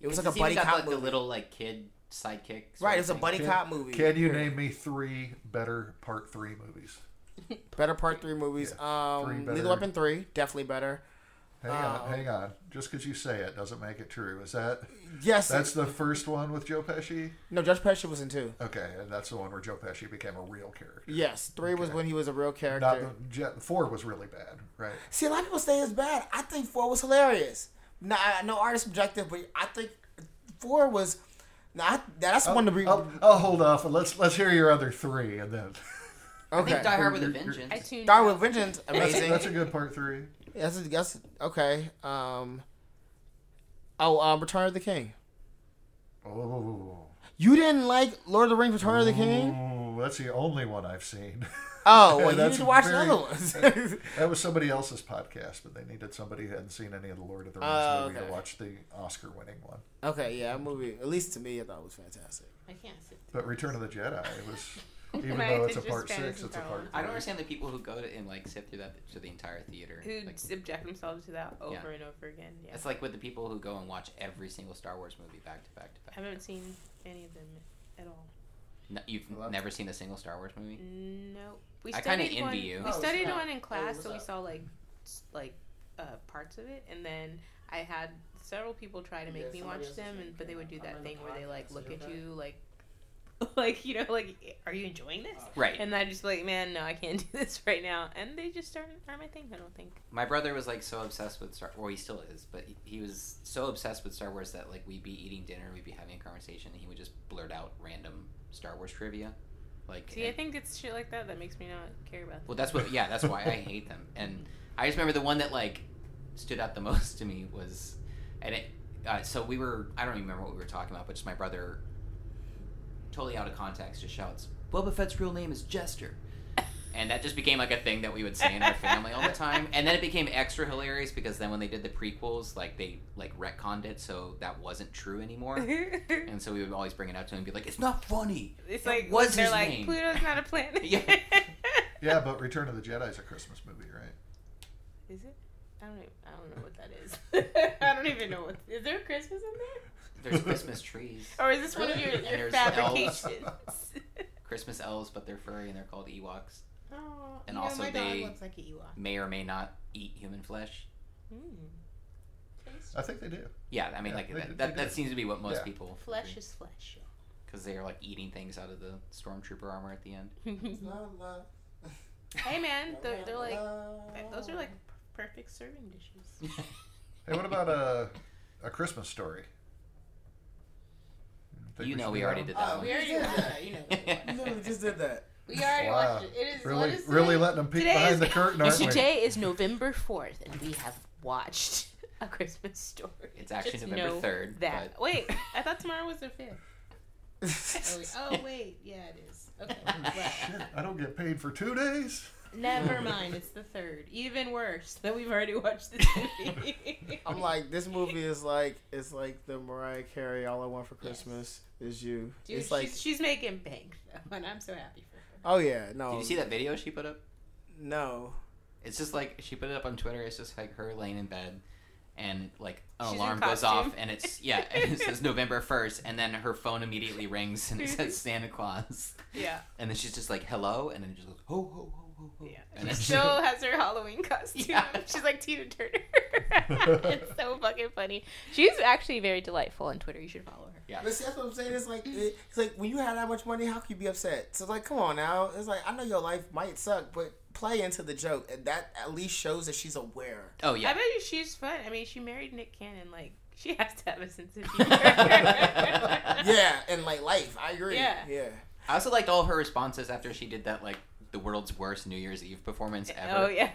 S2: It was like a
S4: It's even
S2: buddy
S4: got,
S2: cop
S4: like,
S2: movie.
S4: The little like kid sidekick. sort
S2: Right,
S4: of
S2: it's a
S4: thing.
S2: buddy
S1: Can-
S2: cop movie.
S1: Can you
S2: Period.
S1: name me three better part three movies?
S2: better part three movies?
S1: Three
S2: um,
S1: better.
S2: Lethal Weapon three, definitely better.
S1: Hang
S2: Um,
S1: on, hang on. Just because you say it doesn't make it true. Is that
S2: Yes,
S1: that's the first one with Joe Pesci?
S2: no. Judge Pesci was in two.
S1: Okay, and that's the one where Joe Pesci became a real character.
S2: Yes, three was
S1: Okay.
S2: when he was a real character.
S1: Not the, Je- four was really bad, right?
S2: See, a lot of people say it's bad. I think four was hilarious. Now, I know art is subjective, but I think four was. Now, I, that's one to be.
S1: I'll, I'll hold off. and Let's let's hear your other three, and then
S4: I think Die
S2: okay.
S4: Hard with a
S1: You're- you're-
S4: Vengeance.
S3: I tuned
S2: Star
S3: out.
S2: with Vengeance,
S1: oh. that's,
S2: amazing.
S1: that's a good part three.
S2: That's, that's okay. Um, oh, um, Return of the King.
S1: Oh,
S2: You didn't like Lord of the Rings: Return of the King?
S1: Ooh, that's the only one I've seen.
S2: Oh, well, you
S1: Mm. That's
S2: need to watch the
S1: very-
S2: other ones.
S1: That was somebody else's podcast, but they needed somebody who hadn't seen any of the Lord of the Rings
S2: Oh,
S1: movie
S2: okay.
S1: to watch the Oscar-winning one.
S2: okay, yeah, that movie. At least to me, I thought it was fantastic.
S3: I can't sit.
S1: But Return of the Jedi was, even
S3: My
S1: though it's a
S3: attention
S1: part
S3: span
S1: six,
S3: isn't
S1: it's a
S3: that
S1: part.
S3: long.
S4: I don't
S1: three.
S4: understand the people who go to, and like sit through that to the entire theater.
S3: Who
S4: Like,
S3: subject themselves to that over
S4: Yeah.
S3: and over again? Yeah.
S4: it's like with the people who go and watch every single Star Wars movie back to back to
S3: I
S4: back.
S3: haven't seen any of them at all.
S4: No, you've
S2: Well, that's-
S4: never seen a single Star Wars movie.
S3: Nope. We
S4: I kinda
S3: studied
S4: envy
S3: one.
S4: you.
S3: We
S2: Oh,
S3: studied
S2: snap.
S3: one in class,
S2: what's
S3: so we
S2: up?
S3: saw like s- like uh, parts of it, and then I had several people try to make
S2: Yeah,
S3: me
S2: somebody
S3: watch
S2: else's
S3: them,
S2: thing
S3: and but they
S2: came
S3: would
S2: up.
S3: do
S2: I'm
S3: that
S2: in the
S3: thing where they
S2: podcast,
S3: like
S2: so
S3: look
S2: you're
S3: at
S2: back.
S3: you like like you know, like are you enjoying this?
S4: Right.
S3: And I just be like, man, no, I can't do this right now. And they just aren't, aren't my thing. I don't think.
S4: My brother was like so obsessed with Star. Well, he still is, but he- he was so obsessed with Star Wars that like we'd be eating dinner, we'd be having a conversation, and he would just blurt out random Star Wars trivia. Like,
S3: See, I
S4: and-
S3: think it's shit like that that makes me not care about.
S4: well, that's what. Yeah, that's why I hate them. And I just remember the one that like stood out the most to me was, and it. Uh, so we were. I don't even remember what we were talking about, but just my brother, totally out of context, just shouts, "Boba Fett's real name is Jester." And that just became like a thing that we would say in our family all the time. And then it became extra hilarious because then when they did the prequels, like they like retconned it so that wasn't true anymore. And so we would always bring it up to him and be like, "It's not funny."
S3: it's
S4: That
S3: like
S4: was
S3: they're
S4: his
S3: like
S4: name.
S3: Pluto's not a planet.
S4: Yeah.
S1: Yeah, but Return of the Jedi's a Christmas movie, right?
S3: Is it? I don't. Even, I don't know what that is. I don't even know what. Is there Christmas in there?
S4: There's Christmas trees,
S3: Or is this one of your,
S4: And
S3: your
S4: there's elves.
S3: fabrications?
S4: Christmas elves, but they're furry and they're called Ewoks.
S3: Oh,
S4: And also
S3: my
S4: they-
S3: dog looks like an Ewok.
S4: may or may not eat human flesh.
S3: Mm.
S1: I think they do.
S4: Yeah, I mean,
S1: Yeah,
S4: like
S1: they-
S4: that,
S1: they
S4: that,
S1: do.
S4: that seems to be what most
S1: Yeah.
S4: people
S3: Flesh is flesh.
S4: because they are like eating things out of the stormtrooper armor at the end.
S3: hey
S2: La, la,
S3: man, they're, they're like
S2: la.
S3: those are like perfect serving dishes.
S1: Hey, what about a a Christmas story? Hmm, Think
S4: You know
S1: should
S4: we
S1: do
S4: already
S1: one?
S4: did that
S2: Oh,
S4: one.
S2: we already did that. You know, we literally just did that.
S3: We already
S1: Wow.
S3: watched it. It is
S1: Really,
S3: honestly,
S1: really letting them peek
S3: today
S1: behind
S3: is-
S1: the curtain, aren't we?
S3: Today is November fourth, and we have watched a Christmas story.
S4: It's actually
S3: Just
S4: November
S3: know
S4: 3rd,
S3: That wait, I thought tomorrow was the fifth.
S4: Oh,
S3: wait, yeah, it is. Okay,
S1: Oh, Shit, I don't get paid for two days.
S3: never mind. It's the third. Even worse that we've already watched this movie.
S2: I'm like, this movie is like, it's like the Mariah Carey "All I Want for Christmas Is You."
S3: Dude,
S2: it's like,
S3: she's, she's making bank though, and I'm so happy for her.
S2: oh yeah, no,
S4: Did you see that video she put up?
S2: no,
S4: It's just like she put it up on Twitter. It's just like her laying in bed, and like an
S3: She's in
S4: alarm goes off,
S3: costume.
S4: and it's yeah, and it says November first, and then her phone immediately rings and it says Santa Claus,
S3: Yeah,
S4: and then she's just like hello, and then it just goes ho ho ho ho ho,
S3: yeah.
S4: and
S3: she
S4: then
S3: still has her Halloween costume.
S4: Yeah.
S3: She's like Tina Turner. it's so fucking funny. She's actually very delightful on Twitter. You should follow her.
S4: yeah.
S2: But see, that's what I'm saying. It's like it- it's like when you have that much money, how can you be upset? So it's like, come on now. It's like I know your life might suck, but play into the joke, and that at least shows that she's aware.
S4: Oh yeah.
S3: I bet you she's fun. I mean, she married Nick Cannon. Like, she has to have a sense of humor.
S2: Yeah, and like life, I agree. Yeah,
S3: Yeah.
S2: yeah.
S4: I also liked all her responses after she did that, like the world's worst New Year's Eve performance ever.
S3: Oh yeah,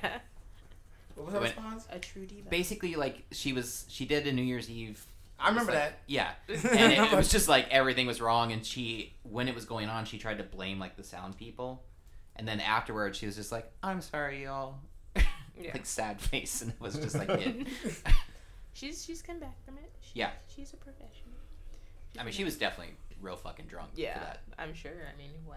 S2: What was her
S4: When-
S2: response?
S3: a true diva.
S4: Basically, like she was, she did a New Year's Eve.
S2: I remember
S4: like,
S2: that.
S4: Yeah, and it, it was just like everything was wrong, and she, when it was going on, she tried to blame like the sound people, and then afterwards she was just like, "I'm sorry, y'all."
S3: Yeah.
S4: like sad face, and it was just like it.
S3: she's she's come back from it. She,
S4: Yeah.
S3: she's a professional.
S4: I mean, she was definitely real fucking drunk.
S3: Yeah,
S4: For that.
S3: I'm sure. I mean, why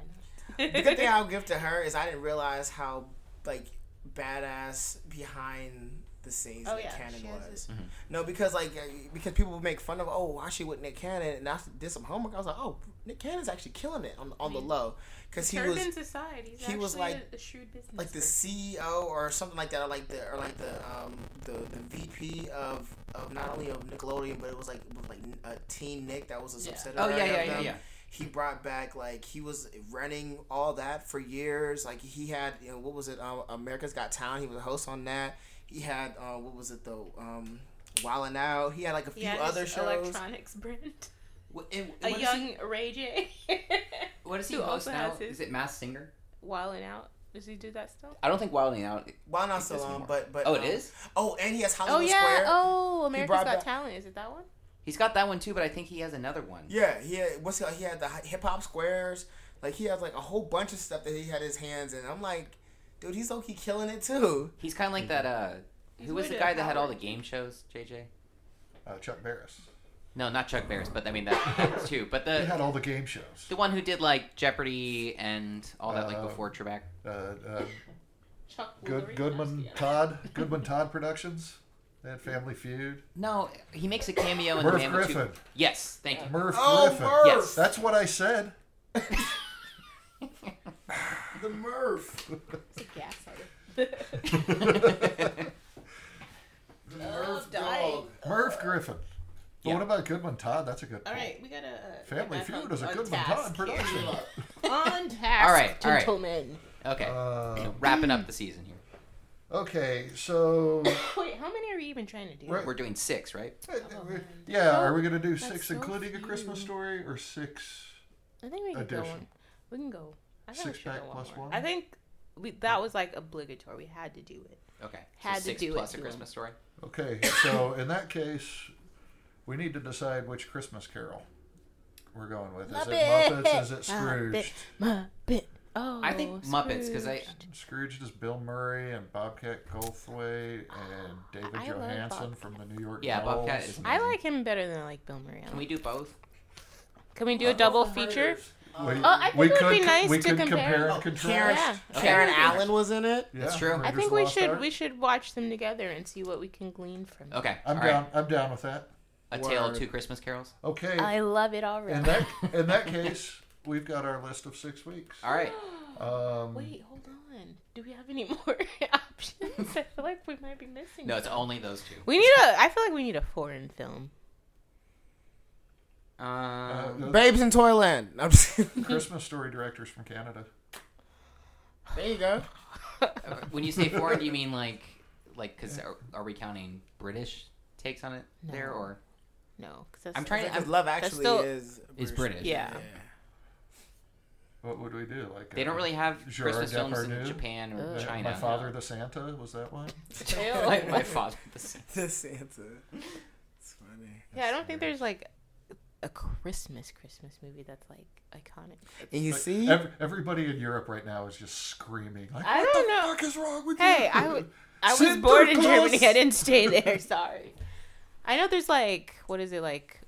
S2: the good thing
S3: not?
S2: I'll give to her is I didn't realize how like badass behind the scenes
S3: Oh,
S2: Nick
S3: yeah,
S2: Cannon
S3: she has
S2: was.
S4: Mhm.
S2: No, because like uh, because people would make fun of oh why she with Nick Cannon and I did some homework. I was like oh Nick Cannon's actually killing it on on the
S3: Mhm.
S2: low because he was
S3: Turbans aside, he's
S2: he
S3: actually
S2: was like-
S3: a, a shrewd business.
S2: like the CEO or something like that, or like the or like the um the, the VP of of not only of Nickelodeon, but it was like with like a Teen Nick that was a
S3: Yeah.
S4: Oh
S2: subsidiary.
S4: yeah,
S2: of
S4: yeah, yeah,
S2: them.
S4: yeah.
S2: He brought back like he was running all that for years. Like he had you know, what was it? Um, America's Got Talent. He was a host on that. He had uh, what was it though? Um, Wild and Out. He had like a few
S3: yeah,
S2: other
S3: his
S2: shows.
S3: electronics brand,
S4: What, and
S3: a
S4: what,
S3: young
S4: is
S3: Ray J.
S4: he, what is he
S3: who
S4: host
S3: also
S4: now?
S3: has his-
S4: Is it Mass Singer?
S3: Wilding out. Does he do that still?
S4: I don't think Wilding Out.
S2: Wild and Out
S4: It
S2: still
S4: does
S2: on,
S4: more.
S2: but but
S4: Oh, it
S2: um,
S4: is.
S2: Oh, and he has
S3: Oh
S2: Hollywood
S3: yeah.
S2: Square.
S3: Oh, America's
S2: brought
S3: Got
S2: back-
S3: Talent. Is it that one?
S4: He's got that one too, but I think he has another one.
S2: Yeah, he had what's it called? he had the hip hop squares. Like he had like a whole bunch of stuff that he had his hands in. I'm like, dude, he's low key killing it too.
S4: He's kind of like that. uh
S3: Mm-hmm. He's
S4: Who was
S3: way
S4: the
S3: to
S4: guy that had all the
S3: Howard.
S4: game shows? JJ?
S1: Uh, Chuck Barris.
S4: No, not Chuck Barris, but I mean that, that too. But
S1: He
S4: the
S1: had all the game shows.
S4: the one who did like Jeopardy and all that like
S1: Uh,
S4: before Trebek.
S1: Uh, uh,
S3: Chuck
S1: Good,
S3: Woolery?
S1: Goodman
S3: Yeah.
S1: Todd. Goodman Todd Productions. They had Family Feud.
S4: No, he makes a cameo in the
S1: Merv
S4: Man with Two-
S1: Griffin.
S4: Yes, thank you.
S1: Merv
S2: Oh,
S1: Griffin.
S2: Merv.
S4: Yes.
S1: That's what I said.
S2: The Murph.
S3: It's a gas head.
S2: The
S3: Murph dying.
S1: Merv Griffin. But
S4: Yeah.
S1: what about Goodman Todd? That's a good.
S5: All
S1: point.
S5: right, we got
S3: uh,
S5: a
S1: Family Feud is a Goodman Todd production.
S5: on task,
S4: All right, all right.
S5: gentlemen.
S4: Okay.
S1: Uh,
S4: so wrapping up the season here.
S1: okay, so
S3: Wait, how many are you even trying to do?
S1: Right.
S4: We're doing six, right?
S1: yeah, are we gonna do
S3: That's
S1: six,
S3: so
S1: including a
S3: few.
S1: Christmas story, or six?
S3: I think we can go
S1: Addition.
S3: on. We can go. I think
S1: Six
S3: we should
S1: pack
S3: go
S1: plus
S3: one, more.
S1: one?
S3: I think we, that was like obligatory. We had to do it.
S4: Okay.
S3: Had
S4: so
S3: to
S4: six
S3: do it
S4: plus
S3: to
S4: a
S3: him.
S4: Christmas story.
S1: Okay, so in that case, we need to decide which Christmas Carol we're going with. Is it Muppets? Is it Scrooge?
S3: Muppet. Oh,
S4: I think Muppets because I
S3: Scrooged.
S1: Scrooge is Bill Murray and Bobcat Goldthwait and David
S3: I love
S1: Johansen
S3: Bobcat.
S1: from the New York.
S4: Yeah,
S1: Dolls.
S4: Bobcat is-
S3: I like him better than I like Bill Murray. I
S4: can
S3: don't-
S4: we do both?
S3: Can
S1: Uh,
S3: we do a double feature?
S1: We,
S3: Oh, I think
S1: we
S3: it would
S1: could,
S3: be nice
S1: we
S3: to
S1: could
S3: compare.
S1: and contrast.
S2: Karen,
S3: Yeah.
S2: Karen
S4: Okay.
S2: Allen was in it.
S1: Yeah,
S4: Oh, That's true. I
S3: I
S1: Raiders
S3: think
S1: of
S3: we
S1: Lost
S3: should
S1: Ark.
S3: we should watch them together and see what we can glean from. it.
S4: Okay.
S1: I'm
S4: all right.
S1: down. I'm down with that.
S4: A Tale of
S1: Word.
S4: Two Christmas Carols.
S1: Okay.
S3: I love it already.
S1: in that in that case, we've got our list of six weeks.
S4: All right.
S1: Um,
S3: Wait, hold on. Do we have any more options? I feel like we might be missing.
S4: No, it's only those two.
S3: We need a. I feel like we need a foreign film.
S1: uh,
S4: Um,
S1: the
S2: Babes in Toyland. I'm just,
S1: Christmas story directors from Canada.
S2: there you go.
S4: when you say foreign, do you mean like, like, because are, are we counting British takes on it there
S3: No.
S4: or?
S3: No, because that's
S4: I'm trying to.
S2: Because
S4: I'm,
S2: Love Actually
S3: still-
S2: is
S4: Is British.
S3: Yeah.
S1: What would we do? Like
S4: they
S1: uh,
S4: don't really have
S1: Gerard
S4: Christmas films
S1: Depardieu?
S4: in Japan or
S1: uh,
S3: Ugh.
S4: China.
S1: My father, the Santa, was that one?
S4: my, my father. The,
S2: The Santa. It's funny.
S3: Yeah, I don't think there's like a Christmas Christmas movie that's like iconic.
S2: And you
S1: Like,
S2: see,
S1: ev- everybody in Europe right now is just screaming. Like,
S3: I
S1: what
S3: don't
S1: the
S3: know.
S1: fuck is wrong with you?
S3: Hey, I w- I was
S1: Santa
S3: born in
S1: Claus.
S3: Germany. I didn't stay there. Sorry. I know there's like what is it like?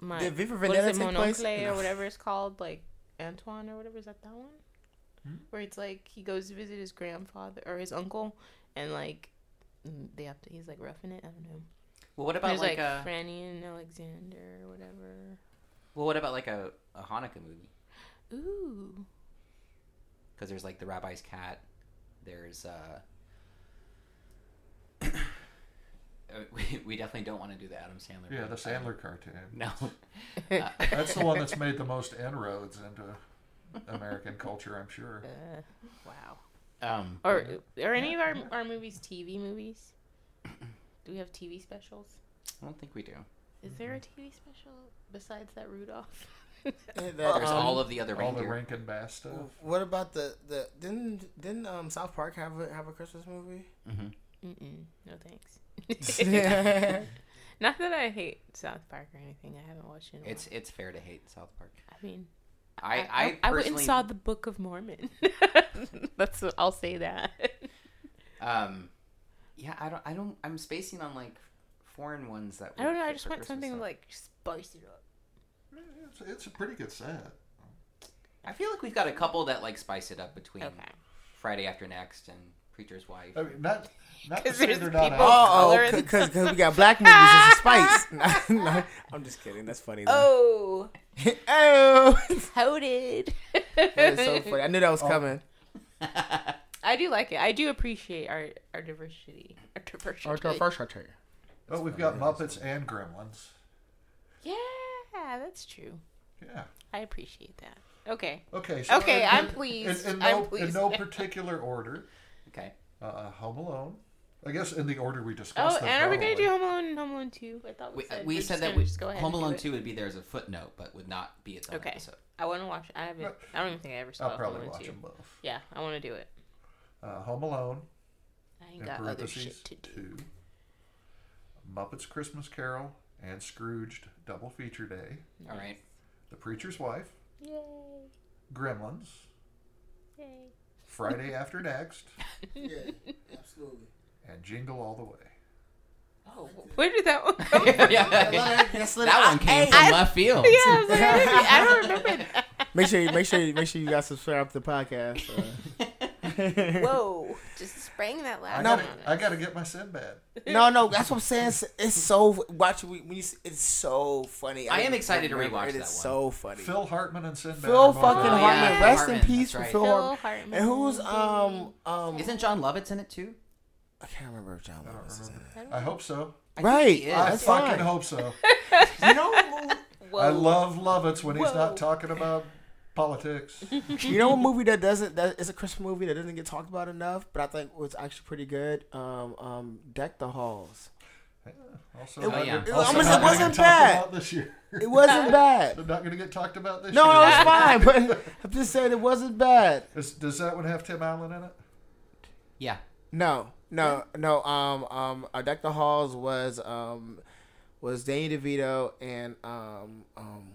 S3: My
S2: Did Viva
S3: what is
S2: Vendetta
S3: it,
S2: take place?
S3: Mononcle
S2: No.
S3: or whatever it's called, like Antoine or whatever. Is that that one? Where it's like he goes to visit his grandfather or his uncle, and like mm, they have to. He's like roughing it. I don't know.
S4: well, what about
S3: there's
S4: like, uh,
S3: like,
S4: a?
S3: Franny and Alexander or whatever.
S4: Well, what about like a, a Hanukkah movie?
S3: Ooh.
S4: Because there's like the Rabbi's Cat. There's. uh uh, we, we definitely don't want to do the Adam Sandler.
S1: Yeah,
S4: one.
S1: the Sandler cartoon.
S4: No.
S3: Uh,
S1: That's the one that's made the most inroads into American culture, I'm sure.
S3: Uh, wow.
S4: Um,
S3: Or are any of our our movies TV movies? Do we have TV specials?
S4: I don't think we do.
S3: Is there a TV special besides that Rudolph?
S2: that,
S4: There's
S2: um,
S4: all of the other
S1: All
S4: reindeer.
S1: the Rankin Bass stuff.
S2: What about the the didn't didn't um South Park have a, have a Christmas movie?
S4: Mm-hmm.
S3: Mm-mm, no thanks. Not that I hate South Park or anything. I haven't watched it. In a
S4: It's it's fair to hate South Park.
S3: while. I mean,
S4: I
S3: I,
S4: I,
S3: I went and
S4: personally
S3: saw the Book of Mormon. That's what, I'll say that.
S4: um yeah I don't I don't I'm spacing on like foreign ones that
S3: I don't
S4: would
S3: know. I
S4: fit
S3: just
S4: for
S3: want
S4: Christmas
S3: something
S4: stuff.
S3: like spice it up.
S1: It's, it's a pretty good set.
S4: I feel like we've got a couple that like spice it up between
S3: Okay.
S4: Friday After Next and Preacher's Wife.
S1: I mean, not not to
S3: 'Cause
S1: say
S3: there's
S1: they're not
S3: people-
S1: out.
S2: Oh,
S3: Color and
S2: because we got black movies and spikes. No, no, I'm just kidding. That's funny. Though.
S3: Oh,
S2: Oh,
S3: toted.
S2: that is so funny. I knew that was coming.
S3: I do like it. I do appreciate our our diversity. Our diversity.
S2: oh, first I'll tell you.
S1: But we've got Muppets and Gremlins.
S3: Yeah, that's true.
S1: Yeah.
S3: I appreciate that. Okay.
S1: Okay. So
S3: Okay,
S1: in-
S3: I'm
S1: in-
S3: pleased.
S1: In, in
S3: I'm
S1: no, In
S3: pleased.
S1: no particular order.
S4: Okay.
S1: Uh, Home Alone. I guess in the order we discussed.
S3: Oh,
S1: them,
S3: and are we gonna
S1: probably.
S3: do Home Alone and Home Alone Two? I thought we,
S4: We, uh,
S3: said
S4: we
S3: we're
S4: said
S3: just
S4: that
S3: gonna
S4: we,
S3: just go ahead
S4: Home
S3: and do
S4: Alone
S3: it.
S4: 2 would be there as a footnote, but would not be its own
S3: Okay.
S4: episode.
S3: I want to watch. I haven't. I don't even think I ever saw
S1: I'll probably
S3: Home
S1: watch
S3: Alone
S1: them
S3: Two.
S1: both.
S3: Yeah, I want to do it.
S1: Uh, Home Alone.
S3: I
S1: In
S3: ain't got other
S1: parentheses,
S3: shit to do.
S1: two. Muppets Christmas Carol and Scrooged Double Feature Day.
S4: All right.
S1: The Preacher's Wife.
S3: Yay!
S1: Gremlins.
S3: Yay!
S1: Friday After Next.
S2: Yeah, absolutely.
S1: And Jingle All the Way.
S3: Oh, where did that one come? from?
S4: That one came from left field.
S3: Yeah, I, was like, I didn't- I don't remember. That.
S2: Make sure you make sure you make sure you guys subscribe to the podcast. uh.
S3: Whoa! Just sprang that
S1: I
S3: loud.
S1: gotta,
S3: on us.
S1: I gotta get my Sinbad.
S2: no, no, that's what I'm saying. It's, it's so watch we, we it's so funny.
S4: I am excited to
S2: remember
S4: rewatch
S2: It
S4: that
S2: is
S4: one. Oh,
S2: so funny. Phil,
S1: Phil Hartman and Sinbad. are both
S2: fucking
S1: in it.
S4: yeah.
S2: Hartman,
S4: Phil
S2: rest
S4: Hartman,
S2: in peace
S4: that's
S2: for
S4: right.
S2: Phil,
S3: Phil
S2: Hartman.
S3: Hartman.
S2: And who's um um
S4: Isn't John Lovitz in it too?
S2: I can't remember if John Lewis is in it.
S1: I hope so.
S4: I think
S2: Right.
S4: he is.
S1: I
S2: That's
S1: fucking
S2: fine.
S1: hope so.
S4: You know what movie-
S3: Whoa.
S1: I love Lovitz when he's
S3: Whoa.
S1: not talking about politics.
S2: you know, a movie that doesn't that is a Christmas movie that doesn't get talked about enough, but I think was actually pretty good. Um, um, Deck the Halls.
S1: Also,
S2: It-
S1: not
S4: Oh, yeah.
S1: gonna-
S4: it-
S1: also
S4: I mean,
S1: not
S4: it
S1: gonna get
S2: wasn't
S1: talked
S2: bad.
S1: about this year.
S2: It wasn't bad.
S1: I'm not going to get talked about this
S2: No,
S1: year.
S2: it was fine, but I'm just saying it wasn't bad.
S1: Is, does that one have Tim Allen in it?
S4: Yeah.
S2: No, no, no. Um, um, uh, Deck the Halls was um was Danny DeVito and um um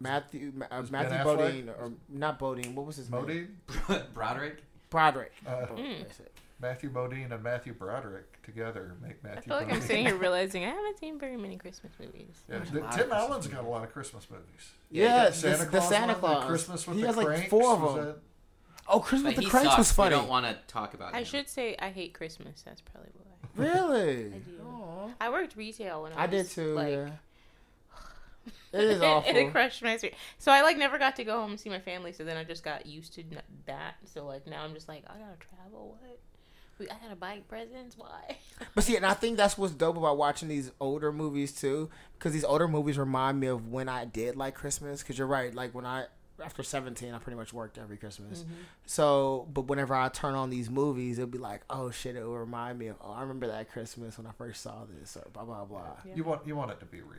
S2: Matthew Ma- uh,
S1: Was Ben
S2: Matthew
S1: Affleck?
S2: Bodine or not Bodine? What was his name?
S1: Modine?
S4: Broderick.
S2: Broderick.
S1: Uh,
S2: Oh,
S3: Mm.
S4: Hmm.
S2: that's it.
S1: Matthew Modine and Matthew Broderick together make
S3: I
S1: Matthew
S3: feel like I'm
S1: Modine.
S3: sitting here realizing I haven't seen very many Christmas movies.
S1: Yeah,
S2: There's a
S1: the-
S2: lot of
S1: Tim
S2: Christmas
S1: Allen's got a lot of Christmas movies.
S4: Yeah, you
S2: Yeah,
S4: got
S2: the
S1: Santa
S2: Santa, the,
S1: Claus, one,
S2: Santa
S1: the
S2: Claus.
S1: Christmas with
S2: he
S1: the
S2: has like
S1: Cranks,
S2: four of
S1: was
S2: them.
S1: that-
S2: Oh, Christmas
S4: But
S2: with
S4: he
S2: the Cranks
S4: sucks.
S2: was
S4: We
S2: funny.
S4: don't want to talk about
S3: I
S4: him.
S3: should say I hate Christmas. That's probably why.
S2: Really?
S3: I do.
S2: Aw.
S3: I worked retail when I,
S2: I
S3: was,
S2: did too.
S3: Like,
S2: yeah. It is awful.
S3: it crushed my spirit. So I like never got to go home and see my family. So then I just got used to n- that. So like now I'm just like I gotta travel. What? We, I gotta buy presents. Why?
S2: But see, and I think that's what's dope about watching these older movies too, because these older movies remind me of when I did like Christmas. Because you're right, like when I after 17, I pretty much worked every Christmas.
S3: Mm-hmm.
S2: So, but whenever I turn on these movies, it'll be like, oh shit, it'll remind me of, oh, I remember that Christmas when I first saw this, or blah blah blah.
S3: Yeah.
S1: You want you want it to be real.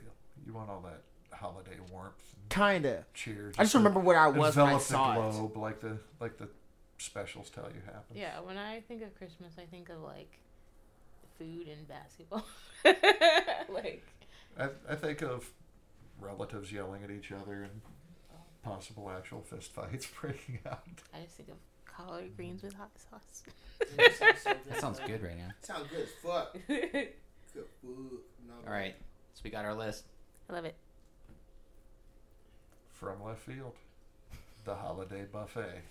S1: You want all that holiday warmth and
S2: Kinda.
S1: cheer.
S2: I just
S1: to
S2: remember what I was when I
S1: envelop the
S2: saw it.
S1: globe like the like the specials tell you happen.
S3: Yeah. When I think of Christmas, I think of like food and basketball. like
S1: I, I think of relatives yelling at each other and possible actual fist fights breaking out.
S3: I just think of collard greens with hot sauce.
S4: That sounds good right now.
S2: Sounds good. as Fuck.
S3: I
S2: Good food. No.
S4: All right. So we got our list.
S3: love it.
S1: From left field, the holiday buffet.